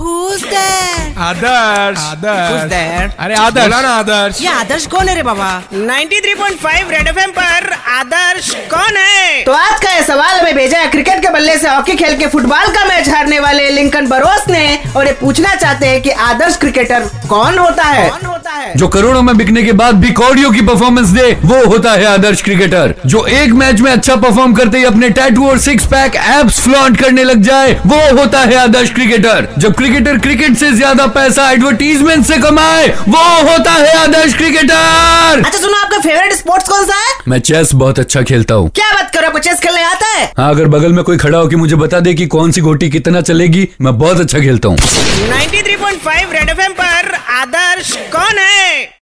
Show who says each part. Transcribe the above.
Speaker 1: who's there?
Speaker 2: आदर्श
Speaker 3: Who's
Speaker 2: आदर्श
Speaker 3: there?
Speaker 2: अरे आदर्श बोला ना आदर्श
Speaker 1: ये आदर्श कौन है रे बाबा
Speaker 3: 93.5 रेड एफएम पर आदर्श कौन है
Speaker 4: तो आज का यह सवाल हमें भेजा है क्रिकेट के बल्ले से हॉकी खेल के फुटबॉल का मैच हारने वाले लिंकन बरोस ने और ये पूछना चाहते हैं कि आदर्श क्रिकेटर कौन होता है कौन होता है
Speaker 5: जो करोड़ों में बिकने के बाद भी कौड़ियों की परफॉर्मेंस दे वो होता है आदर्श क्रिकेटर जो एक मैच में अच्छा परफॉर्म करते ही अपने टैटू और सिक्स पैक एप्स फ्लॉन्ट करने लग जाए वो होता है आदर्श क्रिकेटर जब क्रिकेटर क्रिकेट से ज्यादा पैसा एडवर्टीजमेंट से कमाए वो होता है आदर्श क्रिकेटर
Speaker 4: अच्छा सुनो आपका फेवरेट स्पोर्ट्स कौन सा है
Speaker 5: मैं चेस बहुत अच्छा खेलता हूँ
Speaker 4: क्या बात करो आपको चेस खेलने आता है
Speaker 5: हाँ अगर बगल में कोई खड़ा हो कि मुझे बता दे कि कौन सी गोटी कितना चलेगी मैं बहुत अच्छा खेलता हूँ
Speaker 3: 93.5 रेड एफएम पर आदर्श कौन है